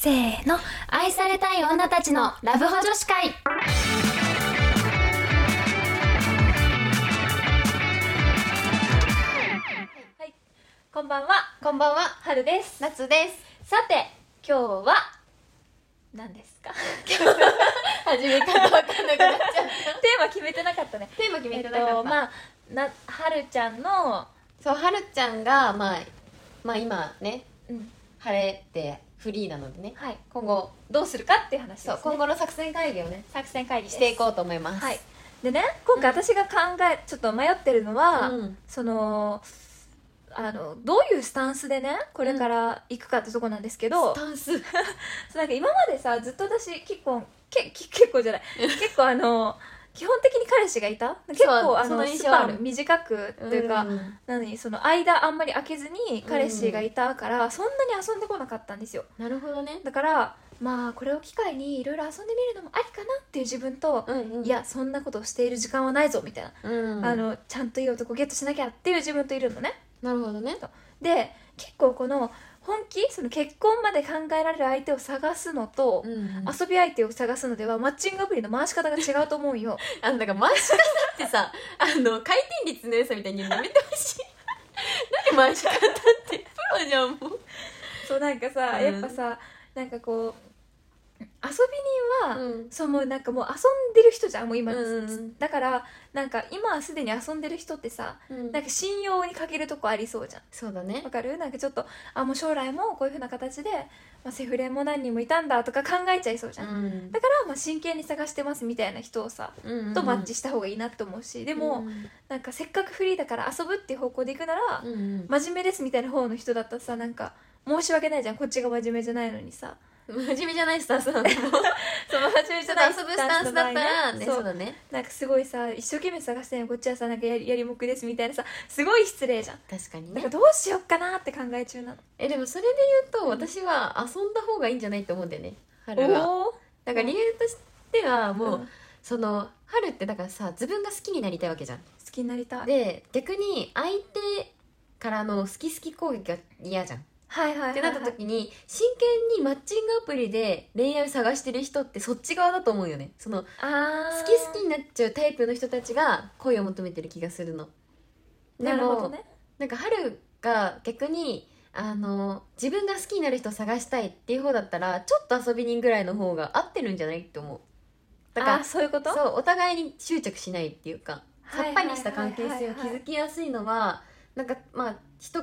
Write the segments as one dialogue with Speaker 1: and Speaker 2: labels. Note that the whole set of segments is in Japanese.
Speaker 1: せーの愛されたい女たちのラブホ女子会
Speaker 2: こんばんは。こんばんは。はるです。夏です。さて、今日は、何です か
Speaker 3: 始め方わかんなくなっちゃう。
Speaker 2: テーマ決めてなかったね。
Speaker 3: テーマ決
Speaker 2: え
Speaker 3: め
Speaker 2: って
Speaker 3: なかった。
Speaker 2: と、まあ、な、はるちゃんの、
Speaker 3: そう、はるちゃんが、まあ、まあ今ね、
Speaker 2: うん、
Speaker 3: 晴れてフリーなのでね、
Speaker 2: はい。
Speaker 3: 今後、
Speaker 2: どうするかっていう話です、
Speaker 3: そ
Speaker 2: ね。
Speaker 3: う、今後の作戦会議をね、
Speaker 2: 作戦会議です
Speaker 3: していこうと思います。
Speaker 2: はい。でね、今回私が考え、ちょっと迷ってるのは、
Speaker 3: うん
Speaker 2: その、あの、どういうスタンスでね、これから行くかってとこなんですけど、
Speaker 3: スタンス。
Speaker 2: そうなんか今までさずっと私結構けけ結構じゃ ない結構あの基本的に彼氏がいた結構あ
Speaker 3: そ
Speaker 2: の
Speaker 3: の印
Speaker 2: ス
Speaker 3: 象あ
Speaker 2: パ
Speaker 3: る
Speaker 2: ン短くっていうか、
Speaker 3: ん
Speaker 2: 何その間あんまり空けずに彼氏がいたから、そんなに遊んでこなかったんですよ
Speaker 3: なるほどね。
Speaker 2: だからまあこれを機会にいろいろ遊んでみるのもありかなっていう自分と、
Speaker 3: うんうん
Speaker 2: い、やそんなことをしている時間はないぞみたいな、
Speaker 3: うん。
Speaker 2: あ、のちゃんといい男ゲットしなきゃっていう自分といるのね
Speaker 3: なるほどね。
Speaker 2: で結構この本気その結婚まで考えられる相手を探すのと、
Speaker 3: うんうん。
Speaker 2: 遊び相手を探すのではマッチングアプリの回し方が違うと思うよ
Speaker 3: あの、だから回し方ってさ、 あの、回転率の良さみたいにやめてほしい。 何回し方って、プロじゃん、もう。
Speaker 2: そうなんかさ、
Speaker 3: うん
Speaker 2: やっぱさなんかこう遊び人は、
Speaker 3: ん。
Speaker 2: そうもうなんかもう遊んでる人じゃんもう今、
Speaker 3: うんうん
Speaker 2: だからなんか今すでに遊んでる人ってさ
Speaker 3: うん
Speaker 2: なんか信用に欠けるとこありそうじゃん
Speaker 3: そうだね
Speaker 2: わ。かるなんかちょっとあもう将来もこういうふうな形で、まあ、セフレも何人もいたんだとか考えちゃいそうじゃん、
Speaker 3: ん
Speaker 2: だからまあ真剣に探してますみたいな人をさとマッチ
Speaker 3: し
Speaker 2: した方がいいなと思うしで
Speaker 3: て
Speaker 2: も、なんかせっかくフリーだから遊ぶっていう方向で行くなら、
Speaker 3: うん
Speaker 2: 真面目ですみたいな方の人だったらさなんか申し訳ないじゃんこっちが真面目じゃないのに さ
Speaker 3: 真面目じゃないスタンスなんだもんちょっ
Speaker 2: その真面目
Speaker 3: と遊ぶスタンスだったらね
Speaker 2: そ
Speaker 3: そううだね
Speaker 2: なんかすごいさ一生懸命探してんのにこっちはさなんかやりやりもくですみたいなさすごい失礼じゃん
Speaker 3: 確かに
Speaker 2: なん
Speaker 3: ね
Speaker 2: かどうしよっかなって考え中なの
Speaker 3: えでもそれで言うと私は遊んだ方がいいんじゃないと思うんだよね春は
Speaker 2: おお
Speaker 3: だから理由としてはもう、
Speaker 2: うん
Speaker 3: その春ってだからさ自分が好きになりたいわけじゃん
Speaker 2: 好きになりたい
Speaker 3: で逆に相手からの好き好き攻撃が嫌じゃんっ
Speaker 2: はいはいはい、はい、
Speaker 3: てなった時に真剣にマッチングアプリで恋愛を探してる人ってそっち側だと思うよねその
Speaker 2: あ
Speaker 3: 好
Speaker 2: ー
Speaker 3: き好きになっちゃうタイプの人たちが恋を求めてる気がするので
Speaker 2: な
Speaker 3: も
Speaker 2: るほどね
Speaker 3: なんか春が逆にあの自分が好きになる人を探したいっていう方だったらちょっと遊び人ぐらいの方が合ってるんじゃないって思うだ
Speaker 2: あ
Speaker 3: か
Speaker 2: ーそういうこ
Speaker 3: ら
Speaker 2: と
Speaker 3: そうお互いに執着しないっていうかさっぱりした関係性を築きやすいのはなんかまあ人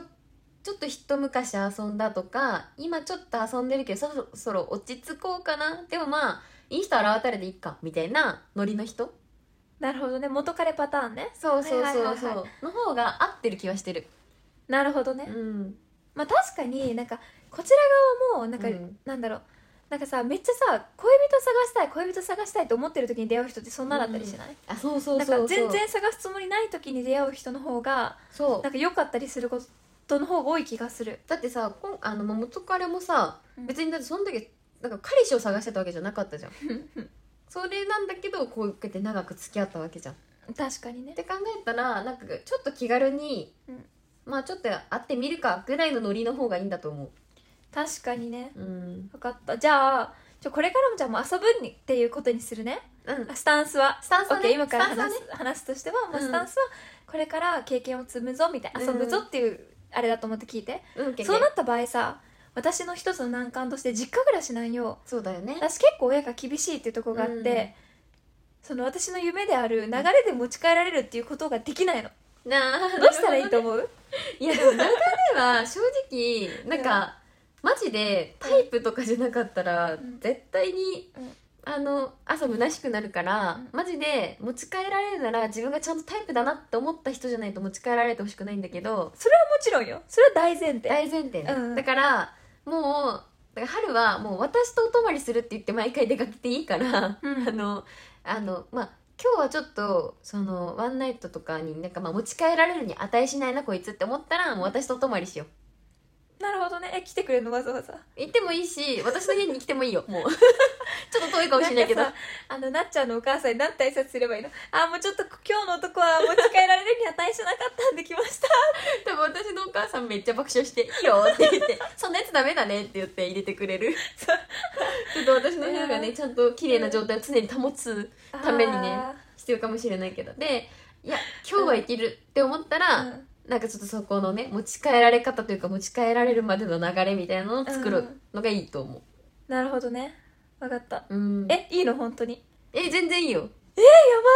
Speaker 3: ちょっと一昔遊んだとか今ちょっと遊んでるけどそろそろ落ち着こうかなでもまあいい人は現れでいいかみたいなノリの人
Speaker 2: なるほどね元彼パターンね
Speaker 3: そうそう
Speaker 2: はいはいは
Speaker 3: そ
Speaker 2: いう
Speaker 3: そ
Speaker 2: は
Speaker 3: うの方が合ってる気はしてる
Speaker 2: なるほどね、
Speaker 3: うん
Speaker 2: まあ確かになんかこちら側もなんか、
Speaker 3: うん
Speaker 2: なんだろうなんかさめっちゃさ恋人探したい恋人探したいと思ってる時に出会う人ってそんなだったりしない、
Speaker 3: あそうそう
Speaker 2: な
Speaker 3: そ
Speaker 2: ん
Speaker 3: うそう
Speaker 2: か全然探すつもりない時に出会う人の方が
Speaker 3: そう
Speaker 2: なんか良かったりすることの方が多い気がする
Speaker 3: だってさこんあのまあ元彼もさ
Speaker 2: うん
Speaker 3: 別にだってその時なんか彼氏を探してたわけじゃなかったじゃんそれなんだけどこうやって長く付き合ったわけじゃんっ
Speaker 2: 確かにね
Speaker 3: て考えたらなんかちょっと気軽に、
Speaker 2: うん
Speaker 3: まあちょっと会ってみるかぐらいのノリの方がいいんだと思
Speaker 2: 確かにね
Speaker 3: ううん
Speaker 2: 分かったじゃあちょこれからもじゃあもう遊ぶにっていうことにするね
Speaker 3: うん
Speaker 2: スタンスは
Speaker 3: スタンスはね
Speaker 2: OK 今から
Speaker 3: スタン
Speaker 2: 話
Speaker 3: ス
Speaker 2: す,、話すとしてはもう
Speaker 3: うん
Speaker 2: スタンスはこれから経験を積むぞみたいな、遊ぶぞっていうあれだと思って聞いて、
Speaker 3: うんけ
Speaker 2: そうなった場合さ私の一つの難関として実家暮らしなんよ
Speaker 3: そうだよね
Speaker 2: 私結構親が厳しいっていうところがあって、
Speaker 3: うん
Speaker 2: その私の夢である流れで持ち帰られるっていうことができないの
Speaker 3: なあ
Speaker 2: どうしたらいいと思う
Speaker 3: いやでも流れは正直なんか、マジでタイプとかじゃなかったら
Speaker 2: ん
Speaker 3: 絶対に、
Speaker 2: うん
Speaker 3: あの朝虚しくなるから、
Speaker 2: うん
Speaker 3: マジで持ち帰られるなら自分がちゃんとタイプだなって思った人じゃないと持ち帰られてほしくないんだけど
Speaker 2: それはもちろんよそれは大前提
Speaker 3: 大前提ね、
Speaker 2: うん
Speaker 3: だからもうだから春はもう私とお泊まりするって言って毎回出かけていいから、
Speaker 2: うん
Speaker 3: あのあのまあ今日はちょっとそのワンナイトとかになんかまあ持ち帰られるに値しないなこいつって思ったらもう私とお泊まりしよう
Speaker 2: なるほどねえ来てくれるのわざわざ
Speaker 3: 行ってもいいし私の家に来てもいいよもう ちょっと遠いかもしれないけど
Speaker 2: んかさあのなっちゃんのお母さんになんて挨拶すればいいのあもうちょっと今日の男は持ち帰られるに値しなかったんで来ました
Speaker 3: 多分私のお母さんめっちゃ爆笑して「いいよ」って言って「そんなやつダメだね」って言って入れてくれるちょっと私の部屋がねちゃんと綺麗な状態を常に保つためにね
Speaker 2: あ
Speaker 3: 必要かもしれないけどでいや今日はいけるって思ったら、
Speaker 2: ーうん
Speaker 3: なんかちょっとそこのね持ち帰られ方というか持ち帰られるまでの流れみたいなのを作るのがいいと思
Speaker 2: なるほどねわかった
Speaker 3: う、うん、
Speaker 2: えいいの本当に
Speaker 3: え全然いいよ
Speaker 2: えやば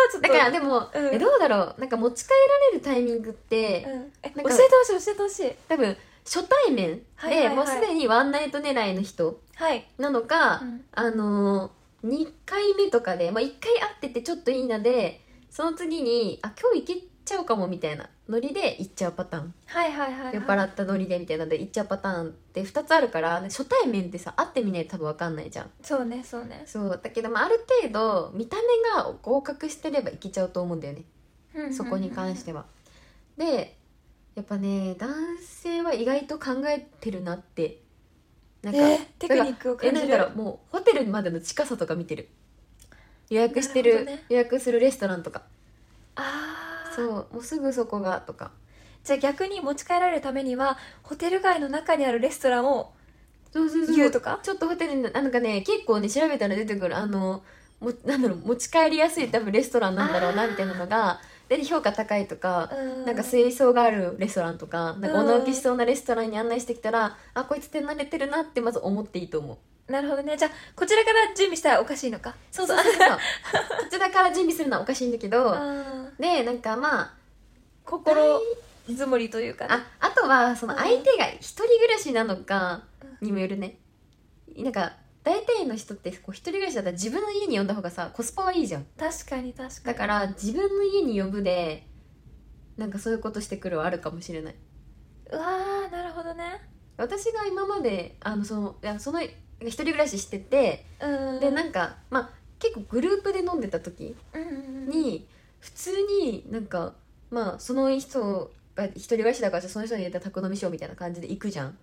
Speaker 2: ーちょっと
Speaker 3: だからでも、
Speaker 2: うん
Speaker 3: えどうだろうなんか持ち帰られるタイミングって、
Speaker 2: うん、え
Speaker 3: な
Speaker 2: 教え
Speaker 3: ん
Speaker 2: て
Speaker 3: か
Speaker 2: ほしい教えてほしい
Speaker 3: 多分初対面で、
Speaker 2: はいはいはい
Speaker 3: もうすでにワンナイト狙いの人
Speaker 2: はい、
Speaker 3: なのか、
Speaker 2: うん
Speaker 3: あのー、2回目とかで、まあ、1回会っててちょっといいなでその次にあ今日行けちゃうかもみたいなノリで行っちゃうパターン
Speaker 2: はいはいはいはい
Speaker 3: 酔っ払ったノリでみたいなので行っちゃうパターンって2つあるから初対面ってさ会ってみないと多分分かんないじゃん
Speaker 2: そうねそうね、
Speaker 3: そうだけど、まあ、ある程度見た目が合格してれば行けちゃうと思うんだよねそこに関してては。でやっぱね男性は意外と考えてるなってなんか
Speaker 2: えテクニックを
Speaker 3: え
Speaker 2: 感
Speaker 3: な
Speaker 2: じ
Speaker 3: ん
Speaker 2: る
Speaker 3: だろうもうホテルまでの近さとか見てる予約してる
Speaker 2: なるほどね
Speaker 3: 予約するレストランとか
Speaker 2: ああ
Speaker 3: そうもうすぐそこがとか
Speaker 2: じゃあ逆に持ち帰られるためにはホテル街の中にあるレストランを
Speaker 3: そうそう
Speaker 2: 言うとか
Speaker 3: ちょっとホテルになんかね結構ね調べたら出てくるあのもなんだろう持ち帰りやすい多分レストランなんだろうなみたいなのがで評価高いとか
Speaker 2: な
Speaker 3: なんか水槽があるレストランとかなんか
Speaker 2: うん
Speaker 3: お直ししそうなレストランに案内してきたら、あこいつ手慣れてるなってまず思っていいと思う
Speaker 2: なるほどねじゃあこちらから準備したらおかしいのか
Speaker 3: そうそうそうそうこちらから準備するのはおかしいんだけど
Speaker 2: あー
Speaker 3: でなんかまあ
Speaker 2: 心づもりというかね
Speaker 3: ああとはその
Speaker 2: うん
Speaker 3: 相手が一人暮らしなのかにもよるねなんか大体の人ってこう一人暮らしだったら自分の家に呼んだ方がさコスパはいいじゃん
Speaker 2: 確かに確か
Speaker 3: だ
Speaker 2: に
Speaker 3: から自分の家に呼ぶでなんかそういうことしてくるはあるかもしれないう
Speaker 2: わーなるほどね
Speaker 3: 私が今まであのそのいやその一人暮らししてて
Speaker 2: うん
Speaker 3: でなんかまあ結構グループで飲んでた時
Speaker 2: うんうんうん
Speaker 3: に普通になんかまあその人が一人暮らしだからじゃあその人に入れたら宅飲みしようみたいな感じで行くじゃん。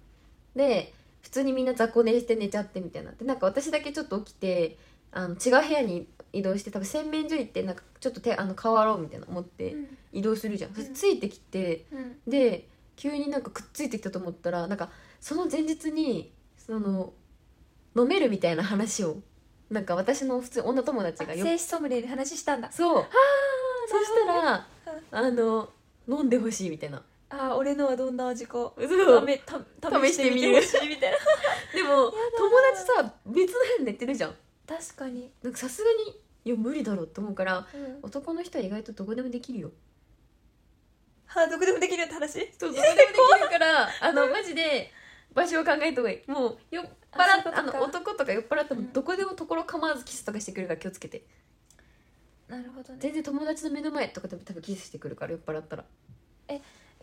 Speaker 3: で普通にみんな雑魚寝して寝ちゃってみたいなでなんか私だけちょっと起きてあの違う部屋に移動して多分洗面所行ってなんかちょっと手あの変わろうみたいな思って移動するじゃん。そしてついてきて、
Speaker 2: うん
Speaker 3: で急になんかくっついてきたと思ったらなんかその前日にその飲めるみたいな話をなんか私の普通女友達が
Speaker 2: あ
Speaker 3: よ
Speaker 2: 精子ソムリエで話したんだ
Speaker 3: そうそしたら
Speaker 2: どね
Speaker 3: あの飲んでほしいみたいな
Speaker 2: あー俺のはどんな味か
Speaker 3: そう
Speaker 2: 試た試し
Speaker 3: 試してて
Speaker 2: み
Speaker 3: み
Speaker 2: てほ
Speaker 3: る
Speaker 2: しいみたいな
Speaker 3: でも友達さ別の部屋で寝てるじゃん
Speaker 2: 確かに、
Speaker 3: なんかさすがにいや無理だろうと思うから男の人は意外とどこでもできるよ
Speaker 2: はあどこでもできるよって話
Speaker 3: そうどこでもできるから あのマジで場所を考えた方がいいもう酔っ払っ
Speaker 2: あそういうこと
Speaker 3: た
Speaker 2: か
Speaker 3: あの男とか酔っ払って
Speaker 2: う
Speaker 3: も
Speaker 2: ん
Speaker 3: どこでもところ構わずキスとかしてくるから気をつけて
Speaker 2: なるほどね
Speaker 3: 全然友達の目の前とかでも多分キスしてくるから酔っ払ったら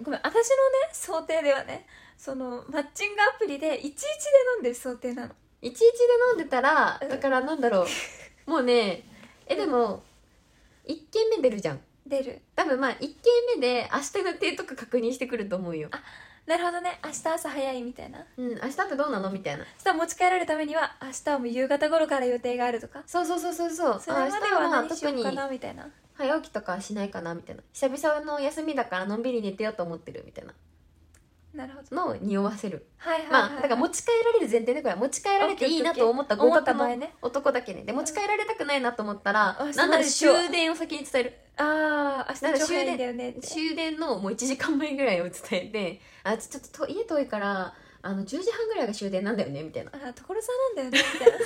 Speaker 2: ごめん私のね想定ではねそのマッチングアプリでいちいちで飲んでる想定なの
Speaker 3: いちいちで飲んでたら
Speaker 2: うん
Speaker 3: だからなんだろ うもうねえでも1軒目出るじゃん
Speaker 2: 出る
Speaker 3: 多分まあ1軒目で明日の予定とか確認してくると思うよ
Speaker 2: なるほどね明日朝早いみたいな
Speaker 3: うん明日ってどうなのみたいな
Speaker 2: そしたら持ち帰られるためには明日はもう夕方頃から予定があるとか
Speaker 3: そうそうそうそうそう
Speaker 2: それまで
Speaker 3: あ
Speaker 2: は
Speaker 3: 明日まあ
Speaker 2: 何しようかなみたいな
Speaker 3: 早起きとかはしないかなみたいな久々の休みだからのんびり寝てようと思ってるみたいな
Speaker 2: なるほど
Speaker 3: のを匂わせる、
Speaker 2: はいはいはい、
Speaker 3: まあだから持ち帰られる前提だから持ち帰られていいなと思った合
Speaker 2: 思った
Speaker 3: 格
Speaker 2: 場合
Speaker 3: の
Speaker 2: ね
Speaker 3: 男だけねで持ち帰られたくないなと思ったら
Speaker 2: あ
Speaker 3: なんなら
Speaker 2: そうだ
Speaker 3: 終電を先に伝える
Speaker 2: ああ明日超早いんだよねって
Speaker 3: 終電のもう1時間前ぐらいを伝えてあちょっとと家遠いからあの10時半ぐらいが終電なんだよねみたいな
Speaker 2: あー所沢なんだ よねみたいな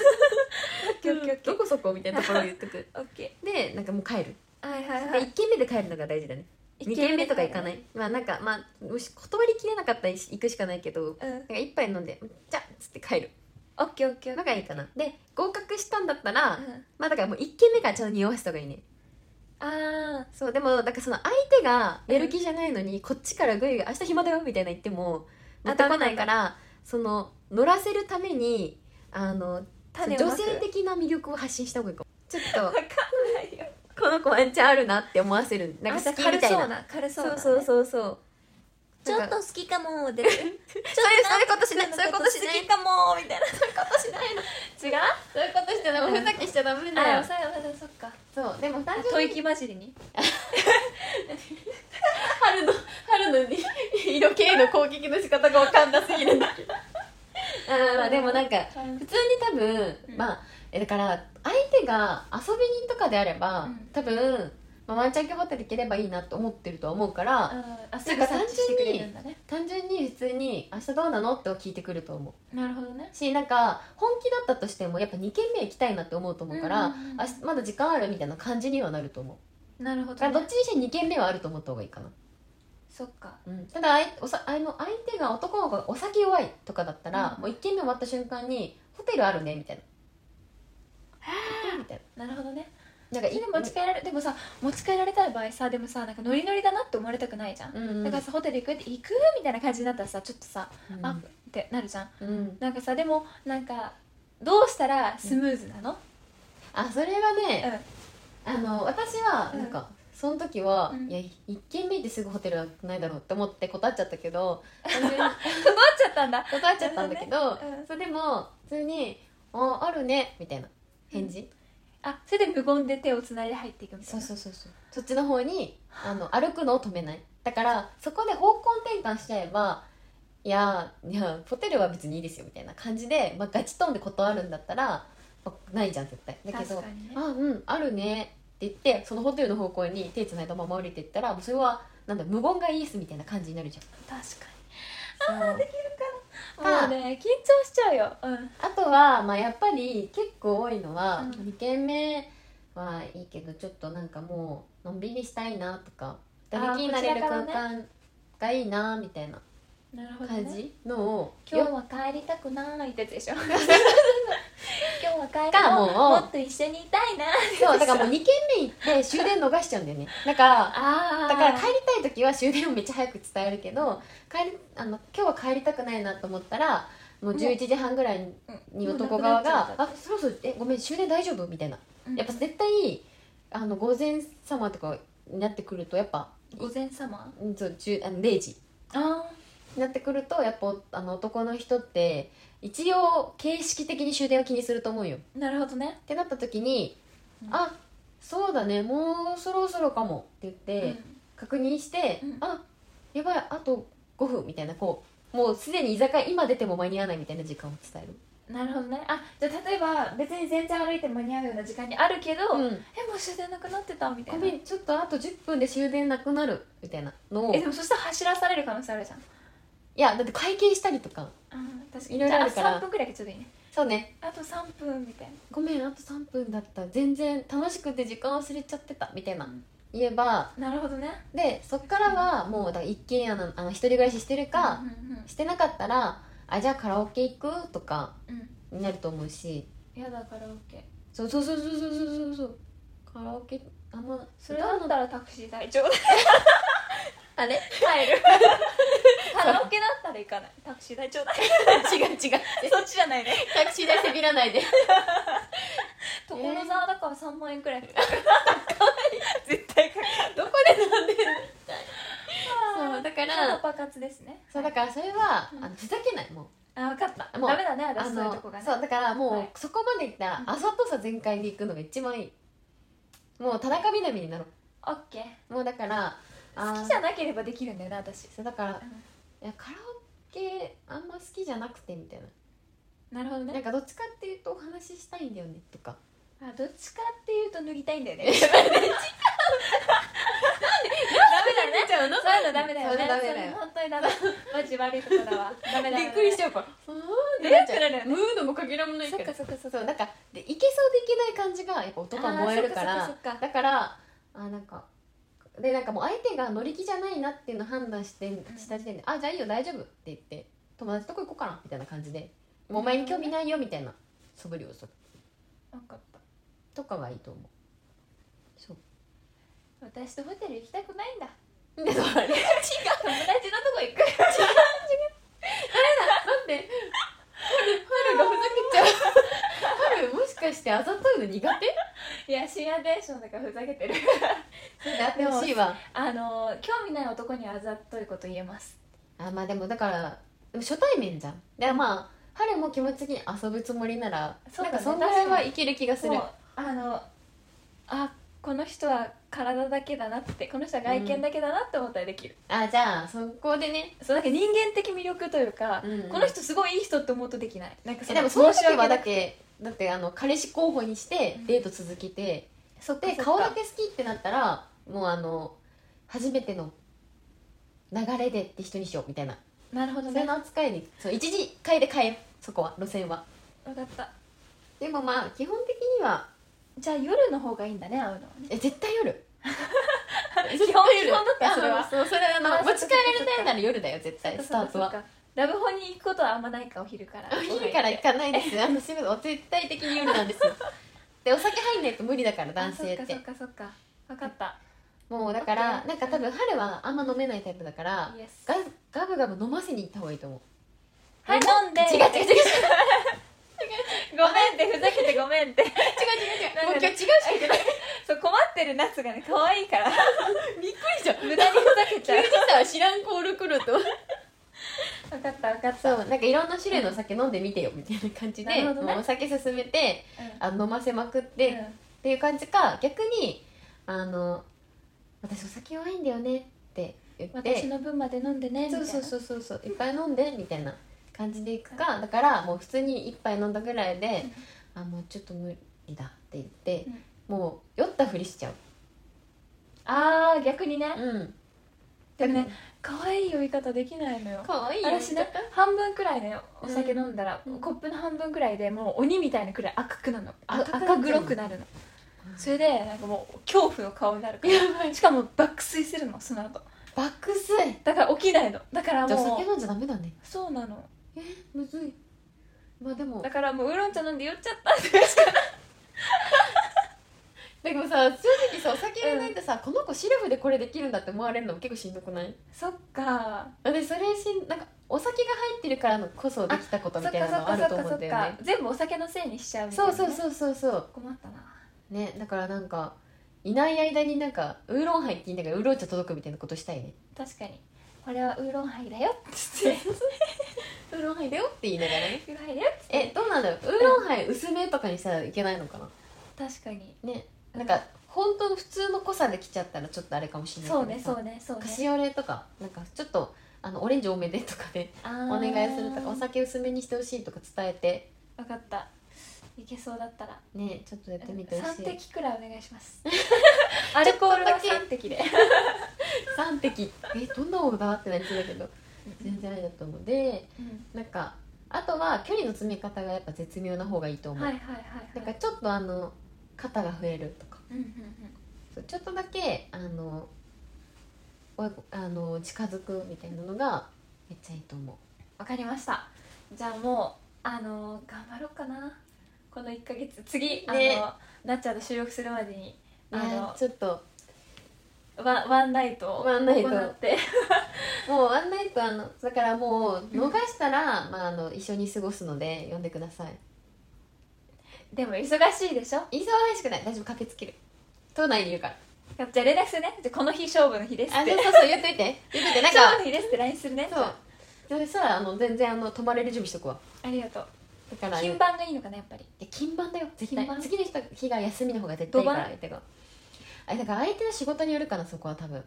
Speaker 2: オッケーオッケーオッケー
Speaker 3: どこそこみたいなところを言っとく
Speaker 2: オッケ
Speaker 3: でなんかもう帰る
Speaker 2: ーはいはいは
Speaker 3: で
Speaker 2: い
Speaker 3: 1軒目で帰るのが大事だね2軒目とか行かないまあなんかまあもし断りきれなかったら行くしかないけど
Speaker 2: うん
Speaker 3: なんか一杯飲んで「じゃあ」っつって帰る
Speaker 2: オッケーオッケーオッケ
Speaker 3: のがいいかなで合格したんだったら、
Speaker 2: ーうん
Speaker 3: まあだからもう1軒目からちゃんと匂わせた方がいいね
Speaker 2: あ
Speaker 3: そうでもなんかその相手がやる気じゃないのに、こっちからグイグイ「明日暇だよ」みたいな言っても
Speaker 2: あ
Speaker 3: 乗ってこないからその乗らせるためにあの
Speaker 2: ー種を
Speaker 3: 女
Speaker 2: まく
Speaker 3: 性的な魅力を発信した方がいいかもちょっと
Speaker 2: わかんないよ
Speaker 3: この子ワンチャンあるなって思わせるなん
Speaker 2: あ
Speaker 3: か
Speaker 2: じゃ
Speaker 3: 好
Speaker 2: あ
Speaker 3: き
Speaker 2: 軽
Speaker 3: みたい
Speaker 2: そう
Speaker 3: な
Speaker 2: な軽そう
Speaker 3: そ
Speaker 2: な
Speaker 3: う
Speaker 2: ね
Speaker 3: そうそうそう
Speaker 2: ちょ
Speaker 3: なん
Speaker 2: っ
Speaker 3: か
Speaker 2: と好きかもーでちょっとそういう
Speaker 3: そういうことしないそういうことしない
Speaker 2: 好きかもーみたいなそういうことしないの違う
Speaker 3: そういうことしてなんかふざけしちゃダメだ
Speaker 2: あ
Speaker 3: よ
Speaker 2: あそうやそうやそっか
Speaker 3: そうでも誕生
Speaker 2: 吐
Speaker 3: 日
Speaker 2: 息混じりに
Speaker 3: 春の春のに色系の攻撃の仕方が分かんなすぎるんだけどうん まあでもなんか普通に多分、
Speaker 2: うん
Speaker 3: まあえだから相手が遊び人とかであれば、
Speaker 2: うん
Speaker 3: 多分、まあ、ワンちゃんキャバってできればいいなと思ってるとは思うから、
Speaker 2: あすぐ察知してくれるんだね
Speaker 3: 単純に普通に「明日どうなの?」って聞いてくると思う
Speaker 2: なるほどね
Speaker 3: しなんか本気だったとしてもやっぱ2軒目行きたいなって思うと思うから、
Speaker 2: うんうんうん
Speaker 3: あしまだ時間あるみたいな感じにはなると思う
Speaker 2: なるほ
Speaker 3: だか
Speaker 2: ど
Speaker 3: らどっ
Speaker 2: ね
Speaker 3: ちにして2軒目はあると思った方がいいかな、
Speaker 2: そっか
Speaker 3: うん、ただあいおさあの相手が男の子がお酒弱いとかだったら、
Speaker 2: うん
Speaker 3: もう1軒目終わった瞬間に「ホテルあるね」みたいな「みたい
Speaker 2: なるほどね
Speaker 3: ななんか
Speaker 2: それ持ち帰られでもさ持ち帰られたい場合さでもさなんかノリノリだなって思われたくないじゃん、
Speaker 3: うんうん
Speaker 2: だからさホテル行くって行くみたいな感じになったらさちょっとさ、
Speaker 3: うん
Speaker 2: あってなるじゃん
Speaker 3: うん、
Speaker 2: なんかさでもなんかどうしたらスムーズなの、
Speaker 3: あそれはね、
Speaker 2: う
Speaker 3: あの私は
Speaker 2: うん
Speaker 3: なんか、その時は、
Speaker 2: うん
Speaker 3: いや1軒目行ってすぐホテルはないだろうって思って断っちゃったけ ど単純に
Speaker 2: ん、断っちゃったんだ
Speaker 3: 断っちゃったんだけど、
Speaker 2: うん
Speaker 3: それでも普通に「ああるね」みたいな返事、
Speaker 2: あそれで無言で手をつないで入っていくみたいな
Speaker 3: うそうそうそっちの方にあの歩くのを止めないだからそこで方向転換しちゃえば「いやいやホテルは別にいいですよ」みたいな感じで、まあ、ガチトーンで断るんだったら、まあないじゃん絶対だけど
Speaker 2: 確かにね
Speaker 3: あうんあるね」って言ってそのホテルの方向に手つないだまま降りていったらもうそれはなんだ無言がいいっすみたいな感じになるじゃん
Speaker 2: 確か
Speaker 3: そう
Speaker 2: に
Speaker 3: か
Speaker 2: もうね緊張しちゃうようん
Speaker 3: あとは、まあ、やっぱり結構多いのは、
Speaker 2: うん
Speaker 3: 2軒目はいいけどちょっとなんかもうのんびりしたいなとか
Speaker 2: あー
Speaker 3: 打撃になれる
Speaker 2: こちら
Speaker 3: 空
Speaker 2: から
Speaker 3: 間がいいなみたいな
Speaker 2: なるほど、
Speaker 3: 感
Speaker 2: ね、
Speaker 3: じのを
Speaker 2: 今日
Speaker 3: よ
Speaker 2: は帰りたくないってやつでしょ 今日は帰りた
Speaker 3: か
Speaker 2: も
Speaker 3: もう
Speaker 2: もっと一緒にいたいな
Speaker 3: そうだからもう2軒目行って終電逃しちゃうんだよねだから
Speaker 2: あ
Speaker 3: だから帰りたい時は終電をめっちゃ早く伝えるけど帰りあの今日は帰りたくないなと思ったらもう11時半ぐらいに男側が「あそろそろえごめん終電大丈夫?」みたいな
Speaker 2: うん
Speaker 3: やっぱ絶対あの午前様とかになってくるとやっぱ
Speaker 2: 午前様
Speaker 3: うんそう10あの0時
Speaker 2: あ
Speaker 3: になってくるとやっぱあの男の人って一応形式的に終電を気にすると思うよ。
Speaker 2: あなるほどね
Speaker 3: ってなった時に「
Speaker 2: うん
Speaker 3: あそうだねもうそろそろかも」って言って、確認して「
Speaker 2: うん
Speaker 3: あやばいあと5分」みたいなこうもうすでに居酒屋今出ても間に合わないみたいな時間を伝える。
Speaker 2: うんなるほどねあじゃあ例えば別に全然歩いて間に合うような時間にあるけど、え
Speaker 3: うん
Speaker 2: もう終電なくなってたみた
Speaker 3: ご
Speaker 2: いな
Speaker 3: めんちょっとあと10分で終電なくなるみたいなのを
Speaker 2: えでもそしたら走らされる可能性あるじゃん
Speaker 3: いやだって会計したりとか
Speaker 2: うん確か
Speaker 3: い
Speaker 2: に
Speaker 3: ろいろある
Speaker 2: じ
Speaker 3: か
Speaker 2: ゃ
Speaker 3: ら
Speaker 2: あ3分くらいがちょうどいいね
Speaker 3: そうね
Speaker 2: あと3分みたいな
Speaker 3: ごめんあと3分だった全然楽しくて時間忘れちゃってたみたいな
Speaker 2: うん
Speaker 3: 言えば
Speaker 2: なるほどね
Speaker 3: でそっからはもうだから一軒家のあの一人暮らししてるか
Speaker 2: うんうん
Speaker 3: してなかったらあじゃあカラオケ行くとか
Speaker 2: うんうん
Speaker 3: になると思うし
Speaker 2: やだカラオケ
Speaker 3: そうそうそうそうそうそうそうそうカラオケあんま
Speaker 2: それだ ったらタクシー代ちょうだい
Speaker 3: あれ
Speaker 2: 帰るカラオケだったら行かないタクシー代ちょうだい
Speaker 3: 違う違う
Speaker 2: そっちじゃないね
Speaker 3: タクシー代せびらないで
Speaker 2: 所沢だから3万円く らい絶対かかるどこでなでるみたい
Speaker 3: そうんだか
Speaker 2: ちょっ
Speaker 3: ら
Speaker 2: と爆発ですね
Speaker 3: そうだからそれはあのふざけないもう
Speaker 2: あ分かった
Speaker 3: もう
Speaker 2: ダメだね
Speaker 3: あ
Speaker 2: 私そういう
Speaker 3: の
Speaker 2: とこがね
Speaker 3: そうだからもう、
Speaker 2: はい
Speaker 3: そこまでいったらあざとさ全開で行くのが一番いいもう田中みな実になろ
Speaker 2: オッケー
Speaker 3: うもうだから
Speaker 2: 好きじ
Speaker 3: じゃ
Speaker 2: ゃなければできるんだよな私
Speaker 3: そうだから
Speaker 2: う
Speaker 3: いやカラオケあんま好きじゃなくてみたい
Speaker 2: んなるほど
Speaker 3: ななん
Speaker 2: ね
Speaker 3: かどっちかっていうとお話ししたいんだよねと か
Speaker 2: あどっちかっていうと脱ぎたいんだよね違うダメだ ね
Speaker 3: ちゃうの
Speaker 2: そういうのダメだよね
Speaker 3: そういうのダメだ
Speaker 2: そ
Speaker 3: よ
Speaker 2: れ本当にダメマジ悪いとこだわダメだ
Speaker 3: びっくりし
Speaker 2: ち
Speaker 3: ちゃうから「うーん」って
Speaker 2: ね
Speaker 3: なっちゃう
Speaker 2: なるよね
Speaker 3: ムードもかけらもない
Speaker 2: そ
Speaker 3: か
Speaker 2: っからそっかそっ
Speaker 3: そ
Speaker 2: か
Speaker 3: うなんかでいけそうでいけない感じがやっぱ男は燃えるから
Speaker 2: あーそっかそっかそっか
Speaker 3: だからあなんかでなんかもう相手が乗り気じゃないなっていうのを判断してした時点で「あじゃあいいよ大丈夫」って言って「友達とこ行こうかな」みたいな感じで「もうお前に興味ないよ」みたいな素振りをする
Speaker 2: 分かった
Speaker 3: とかがいいと思うそう
Speaker 2: 私とホテル行きたくないん だ
Speaker 3: でそれ違う待
Speaker 2: 友達のとこ行く
Speaker 3: って春がふざけちゃう春もしかしてあざといの苦手
Speaker 2: いや深夜テンションだからふざけてる
Speaker 3: それであってほしいわ
Speaker 2: あのー興味ない男にはあざといこと言えます
Speaker 3: あまあでもだからでも初対面じゃんでまあ春も気持ち的に遊ぶつもりなら
Speaker 2: そうだね
Speaker 3: なんかそんぐらいはいける気がする
Speaker 2: もうあのあこの人は体だけだなってこの人は外見だけだなって思ったりできる、
Speaker 3: あじゃあそこでね
Speaker 2: そうなんか人間的魅力というか、
Speaker 3: うん
Speaker 2: この人すごいいい人って思うとできないなんか
Speaker 3: えでもその
Speaker 2: 申し
Speaker 3: 時
Speaker 2: 訳
Speaker 3: は
Speaker 2: な
Speaker 3: だっ
Speaker 2: く
Speaker 3: てだってあの彼氏候補にして
Speaker 2: うん
Speaker 3: デート続けて、
Speaker 2: そっか
Speaker 3: で
Speaker 2: そっか
Speaker 3: 顔だけ好きってなったらもうあの初めての流れでって人にしようみたいな
Speaker 2: なるほど
Speaker 3: それ
Speaker 2: ね
Speaker 3: の扱いにそう一時変えで変えようそこは路線は
Speaker 2: 分かった
Speaker 3: でもまあ基本的には
Speaker 2: じゃあ夜の方がいいんだね会うのはね
Speaker 3: え絶 対夜
Speaker 2: 基本
Speaker 3: 絶対夜
Speaker 2: 基本だった
Speaker 3: あ
Speaker 2: それは
Speaker 3: そうそれはあの
Speaker 2: あそっか
Speaker 3: 持ち帰られたいなら夜だよ絶対スタート
Speaker 2: そっ
Speaker 3: は
Speaker 2: かラブホに行くことはあんまないかお昼から
Speaker 3: お昼から行かないですあのすいませんお絶対的に夜なんですよ でお酒入んないと無理だから男性っ
Speaker 2: あそ
Speaker 3: て
Speaker 2: っかそっかそっか分かった
Speaker 3: もうだからなんか多分春はあんま飲めないタイプだから
Speaker 2: イエス
Speaker 3: ガガブガブ飲ませに行った方がいいと思う
Speaker 2: はい飲んで
Speaker 3: 違う違う 違う違う違う違う
Speaker 2: ごめんってふざけてごめんって
Speaker 3: もう今日違うしか言ってない
Speaker 2: そう困ってる夏がね可愛いから
Speaker 3: びっくりじ ゃん
Speaker 2: 無駄にふざけち
Speaker 3: 急
Speaker 2: ゃ
Speaker 3: に
Speaker 2: う
Speaker 3: さ知らんコール来る と
Speaker 2: 分かった分かった
Speaker 3: そうなんかいろんな種類のお酒飲んでみてよみたいな感じで、
Speaker 2: なるほどね
Speaker 3: もうお酒勧めてあの飲ませまくって、
Speaker 2: うん
Speaker 3: っていう感じか逆にあの私お酒弱いんだよねって言って
Speaker 2: 私の分まで飲んでねみたい
Speaker 3: そう
Speaker 2: な
Speaker 3: そうそうそうそういっぱい飲んでみたいな感じでいくかだからもう普通に一杯飲んだぐらいで、あもうちょっと無理だって言って、もう酔ったふりしちゃう
Speaker 2: ああ逆にね
Speaker 3: うん
Speaker 2: でもね可愛い酔い方できないのよ
Speaker 3: かわいい
Speaker 2: 私ね半分くらいねお酒
Speaker 3: うん
Speaker 2: 飲んだら、
Speaker 3: うん
Speaker 2: コップの半分くらいでもう鬼みたいなくらい赤くなるのあ
Speaker 3: 赤くなっちゃう
Speaker 2: 赤黒くなるのそれでなんかもう恐怖の顔になる からしかも爆睡するのその後
Speaker 3: 爆睡
Speaker 2: だから起きないのだから
Speaker 3: じゃあお
Speaker 2: も
Speaker 3: 酒
Speaker 2: う
Speaker 3: 飲んじゃダメだね
Speaker 2: そうなの
Speaker 3: えむずいまあでも
Speaker 2: だからもうウーロン茶飲んで酔っちゃったってしか
Speaker 3: でもさ正直さお酒入れないとさ、この子シルフでこれできるんだって思われるのも結構しんどくない
Speaker 2: そっか
Speaker 3: でそれしんなんかお酒が入ってるからのこそできたこと
Speaker 2: そっ
Speaker 3: みた
Speaker 2: か
Speaker 3: い
Speaker 2: そっ
Speaker 3: なのあ
Speaker 2: か
Speaker 3: る
Speaker 2: そっかそ
Speaker 3: と思うん
Speaker 2: っ
Speaker 3: だよ
Speaker 2: か
Speaker 3: ね
Speaker 2: 全部お酒のせいにしちゃうみたい
Speaker 3: そ
Speaker 2: な
Speaker 3: う
Speaker 2: ね
Speaker 3: そうそうそうそう
Speaker 2: 困ったな
Speaker 3: ねだからなんかいない間になんかウーロンハイって言いながらウーロン茶届くみたいなことしたいね
Speaker 2: 確かにこれはウーロンハイだよって言って
Speaker 3: ウーロンハイだよって言いながらね
Speaker 2: ウーロンハイだよって言って
Speaker 3: えどうなんだろうウーロンハイ薄めとかにしたらいけないのかな
Speaker 2: 確かに
Speaker 3: ねなんか本当の普通の濃さで来ちゃったらちょっとあれかもしれない
Speaker 2: そうね
Speaker 3: けどさ
Speaker 2: そうねそうね
Speaker 3: カシオレとかなんかちょっとあのオレンジ多めでとかで
Speaker 2: あ
Speaker 3: お
Speaker 2: ー
Speaker 3: 願いするとかお酒薄めにしてほしいとか伝えて
Speaker 2: 分かったいけそうだったら
Speaker 3: ねちょっとやってみてほし
Speaker 2: 3
Speaker 3: い
Speaker 2: 滴くらいお願いします アルコールは3滴で
Speaker 3: 3滴えどんなオーダーってなりそうだけど全然あれだと思うでなんかあとは距離の詰め方がやっぱ絶妙な方がいいと
Speaker 2: は
Speaker 3: 思、
Speaker 2: いうはいはいはい
Speaker 3: なんかちょっとあの肩が増えるとか
Speaker 2: うんうん
Speaker 3: そうちょっとだけあのおあの近づくみたいなのがめっちゃいいと思
Speaker 2: わかりましたじゃあもうあのー頑張ろうかなこの1か月次あの
Speaker 3: ね
Speaker 2: なっちゃんと収録するまでに
Speaker 3: う、ね
Speaker 2: あ
Speaker 3: ちょっと
Speaker 2: のワンワンナイトを
Speaker 3: ワンナイト
Speaker 2: 行って
Speaker 3: もうワンナイトあのだからもう逃したら、まあ、あの一緒に過ごすので呼んでください
Speaker 2: でも忙しいでしょ
Speaker 3: 忙しくない大丈夫駆けつける都内にいるから
Speaker 2: じゃあ連絡するねじゃあこの日勝負の日です
Speaker 3: あ
Speaker 2: っ
Speaker 3: そ
Speaker 2: て
Speaker 3: うそうそう言っといて言っといてなん
Speaker 2: 勝負
Speaker 3: か
Speaker 2: の日ですって LINE するね
Speaker 3: そうそれしたらあの全然あの泊まれる準備しとくわ
Speaker 2: ありがとう
Speaker 3: だから
Speaker 2: 金盤がいいのかなやっぱり
Speaker 3: え勤番だよ絶
Speaker 2: 勤
Speaker 3: 対
Speaker 2: 番
Speaker 3: 次の人日が休みの方が絶対いいから
Speaker 2: 土番
Speaker 3: 相手があだから相手の仕事によるかなそこは多分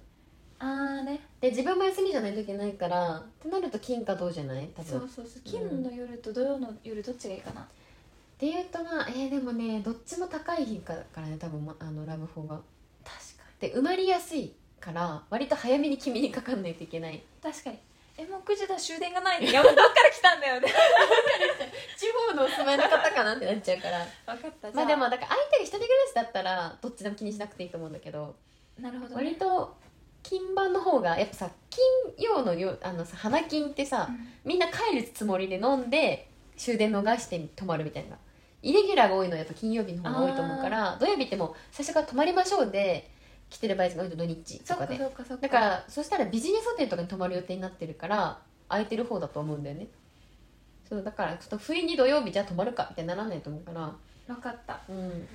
Speaker 2: ああね
Speaker 3: で自分も休みじゃないといけないからってなると金か銅じゃない多
Speaker 2: そ
Speaker 3: 分っ
Speaker 2: うそうそう金の夜と土曜の夜どっちがいいかな
Speaker 3: ていうとまあえー、でもねどっちも高い日かからね多分、まあのラブ4が
Speaker 2: 確か
Speaker 3: で埋まりやすいから割と早めに君にかかんないといけない
Speaker 2: に確かにえもう9時だ終電がないいやもうどっから来たんだよ ね
Speaker 3: 地方のお住まいの方かなってなっちゃうから
Speaker 2: 分か ったじゃ
Speaker 3: ま
Speaker 2: あ
Speaker 3: あでもだから相手が一人暮らしだったらどっちでも気にしなくていいと思うんだけど
Speaker 2: なるほどね
Speaker 3: 割と金盤の方がやっぱさ金曜のよあのさ花金ってさ、
Speaker 2: うん
Speaker 3: みんな帰るつもりで飲んで終電逃して泊まるみたいなイレギュラーが多いのはやっぱ金曜日の方が多いと思うから土曜日ってもう最初から泊まりましょうで来てる場合じゃないと土日
Speaker 2: そ
Speaker 3: と
Speaker 2: っかそ
Speaker 3: かで
Speaker 2: っかそっか
Speaker 3: だからそしたらビジネスホテルとかに泊まる予定になってるから空いてる方だと思うんだよねそうだからちょっと不意に土曜日じゃあ泊まるかみたいにならないと思うから
Speaker 2: 分かった
Speaker 3: うん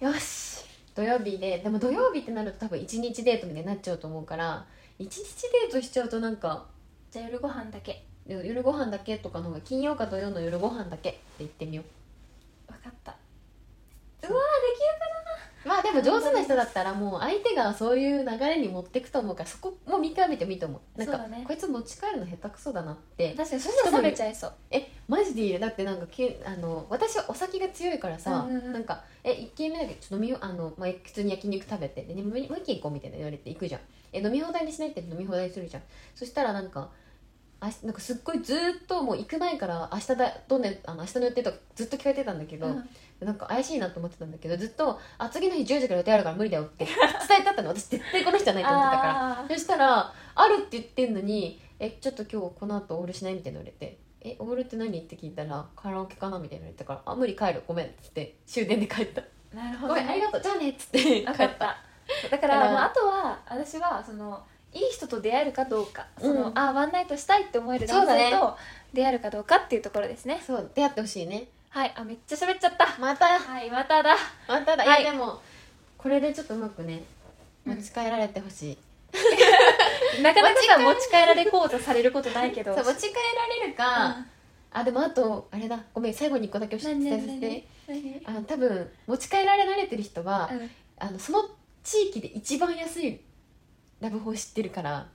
Speaker 2: よし
Speaker 3: 土曜日ででも土曜日ってなると多分1日デートみたいになっちゃうと思うから1日デートしちゃうとなんか
Speaker 2: じゃあ夜ご飯だけ
Speaker 3: 夜ご飯だけとかの方が金曜か土曜の夜ご飯だけって言ってみよ
Speaker 2: 分かった
Speaker 3: うまあでも上手な人だったらもう相手がそういう流れに持ってくと思うからそこも見極めてもいいと思うなん
Speaker 2: そ
Speaker 3: か
Speaker 2: うだね
Speaker 3: こいつ持ち帰るの下手くそだなって
Speaker 2: 確かにそしたら冷めちゃいそう
Speaker 3: えマジでいいよだってなんかけあの私はお酒が強いからさ、
Speaker 2: うんうんうん
Speaker 3: なんか「え1軒目だけちょっと飲みようあの、まあ、普通に焼肉食べてで、ね、もうもう1軒行こう」みたいな言われて行くじゃんえ飲み放題にしないって飲み放題するじゃんそしたらなんかあしなんかすっごいずーっともう行く前から明日だどんなあの明日の予定とかずっと聞かれてたんだけど、
Speaker 2: うん
Speaker 3: なんか怪しいなと思ってたんだけどずっと「あ次の日10時から予定あるから無理だよ」って伝えてあったの私絶対この人じゃないと思ってたから
Speaker 2: あ
Speaker 3: そしたら「ある」って言ってんのに「えちょっと今日この後オールしない?」みたいなの言われて「えオールって何?」って聞いたら「カラオケかな?」みたいなの言われたから「あ無理帰るごめん」っつって終電で帰った
Speaker 2: ーなる
Speaker 3: 「
Speaker 2: ほ
Speaker 3: ご
Speaker 2: ど
Speaker 3: めんありがとうじゃあね」っつって帰っ
Speaker 2: 分かったただか
Speaker 3: だからら
Speaker 2: もうあとは私はそのいい人と出会えるかどうかその、
Speaker 3: うん
Speaker 2: あワンナイトしたいって思える
Speaker 3: そ
Speaker 2: 男
Speaker 3: うだ
Speaker 2: 性
Speaker 3: ね
Speaker 2: と出会えるかどうかっていうところですね
Speaker 3: そう出会ってほしいね
Speaker 2: はいあめっちゃ喋っちゃった
Speaker 3: また
Speaker 2: はいまただ
Speaker 3: まただ、、
Speaker 2: はいい
Speaker 3: やでもこれでちょっとうまくね
Speaker 2: うん
Speaker 3: 持ち帰られてほしい、
Speaker 2: なかなかさ持ち帰られこうとされることないけど
Speaker 3: そう持ち帰られるか、あでもあとあれだごめん最後に1個だけお知らせ
Speaker 2: 何
Speaker 3: さ
Speaker 2: 何
Speaker 3: せて
Speaker 2: 何何
Speaker 3: あの多分持ち帰られ慣れてる人は、
Speaker 2: うん
Speaker 3: あのその地域で一番安いラブホを知ってるから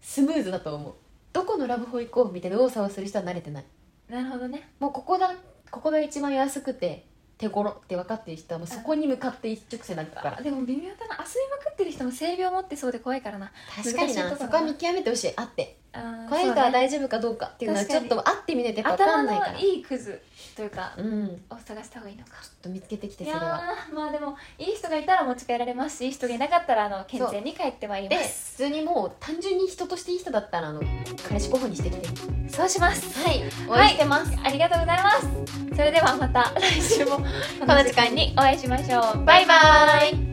Speaker 3: スムーズだと思うどこのラブホ行こうみたいな動作をする人は慣れてない
Speaker 2: なるほどね
Speaker 3: もうここだここが一番安くて手頃って分かってる人はもうそこに向かって一直線になるか
Speaker 2: あ
Speaker 3: ら
Speaker 2: でも微妙だな遊びまくってる人も性病持ってそうで怖いからな
Speaker 3: 確かに
Speaker 2: 難しい
Speaker 3: な
Speaker 2: とこ
Speaker 3: そ
Speaker 2: だな
Speaker 3: こは見極めてほしいあって
Speaker 2: あー
Speaker 3: この
Speaker 2: そう
Speaker 3: 人
Speaker 2: だ
Speaker 3: は
Speaker 2: ね
Speaker 3: 大丈夫かどうかっていうのは
Speaker 2: 確か
Speaker 3: ちょっ
Speaker 2: に
Speaker 3: と会ってみないとやっぱ分か
Speaker 2: 頭
Speaker 3: んないか
Speaker 2: の
Speaker 3: ら
Speaker 2: いいクズというか
Speaker 3: うんちょっ
Speaker 2: を探した方がいいのか
Speaker 3: と見つけてきて
Speaker 2: い
Speaker 3: それ
Speaker 2: や
Speaker 3: は
Speaker 2: ーまあでもいい人がいたら持ち帰られますしいい人がいなかったらあの健全に帰ってまいり
Speaker 3: で
Speaker 2: ま
Speaker 3: 普
Speaker 2: す
Speaker 3: 通にもう単純に人としていい人だったらあの彼氏候補にしてきて
Speaker 2: そうしますはい
Speaker 3: 応援してます、
Speaker 2: ありがとうございますそれではまた来週もこ
Speaker 3: の
Speaker 2: の時
Speaker 3: 時間
Speaker 2: 間
Speaker 3: に
Speaker 2: にお会いしましょうバイバイ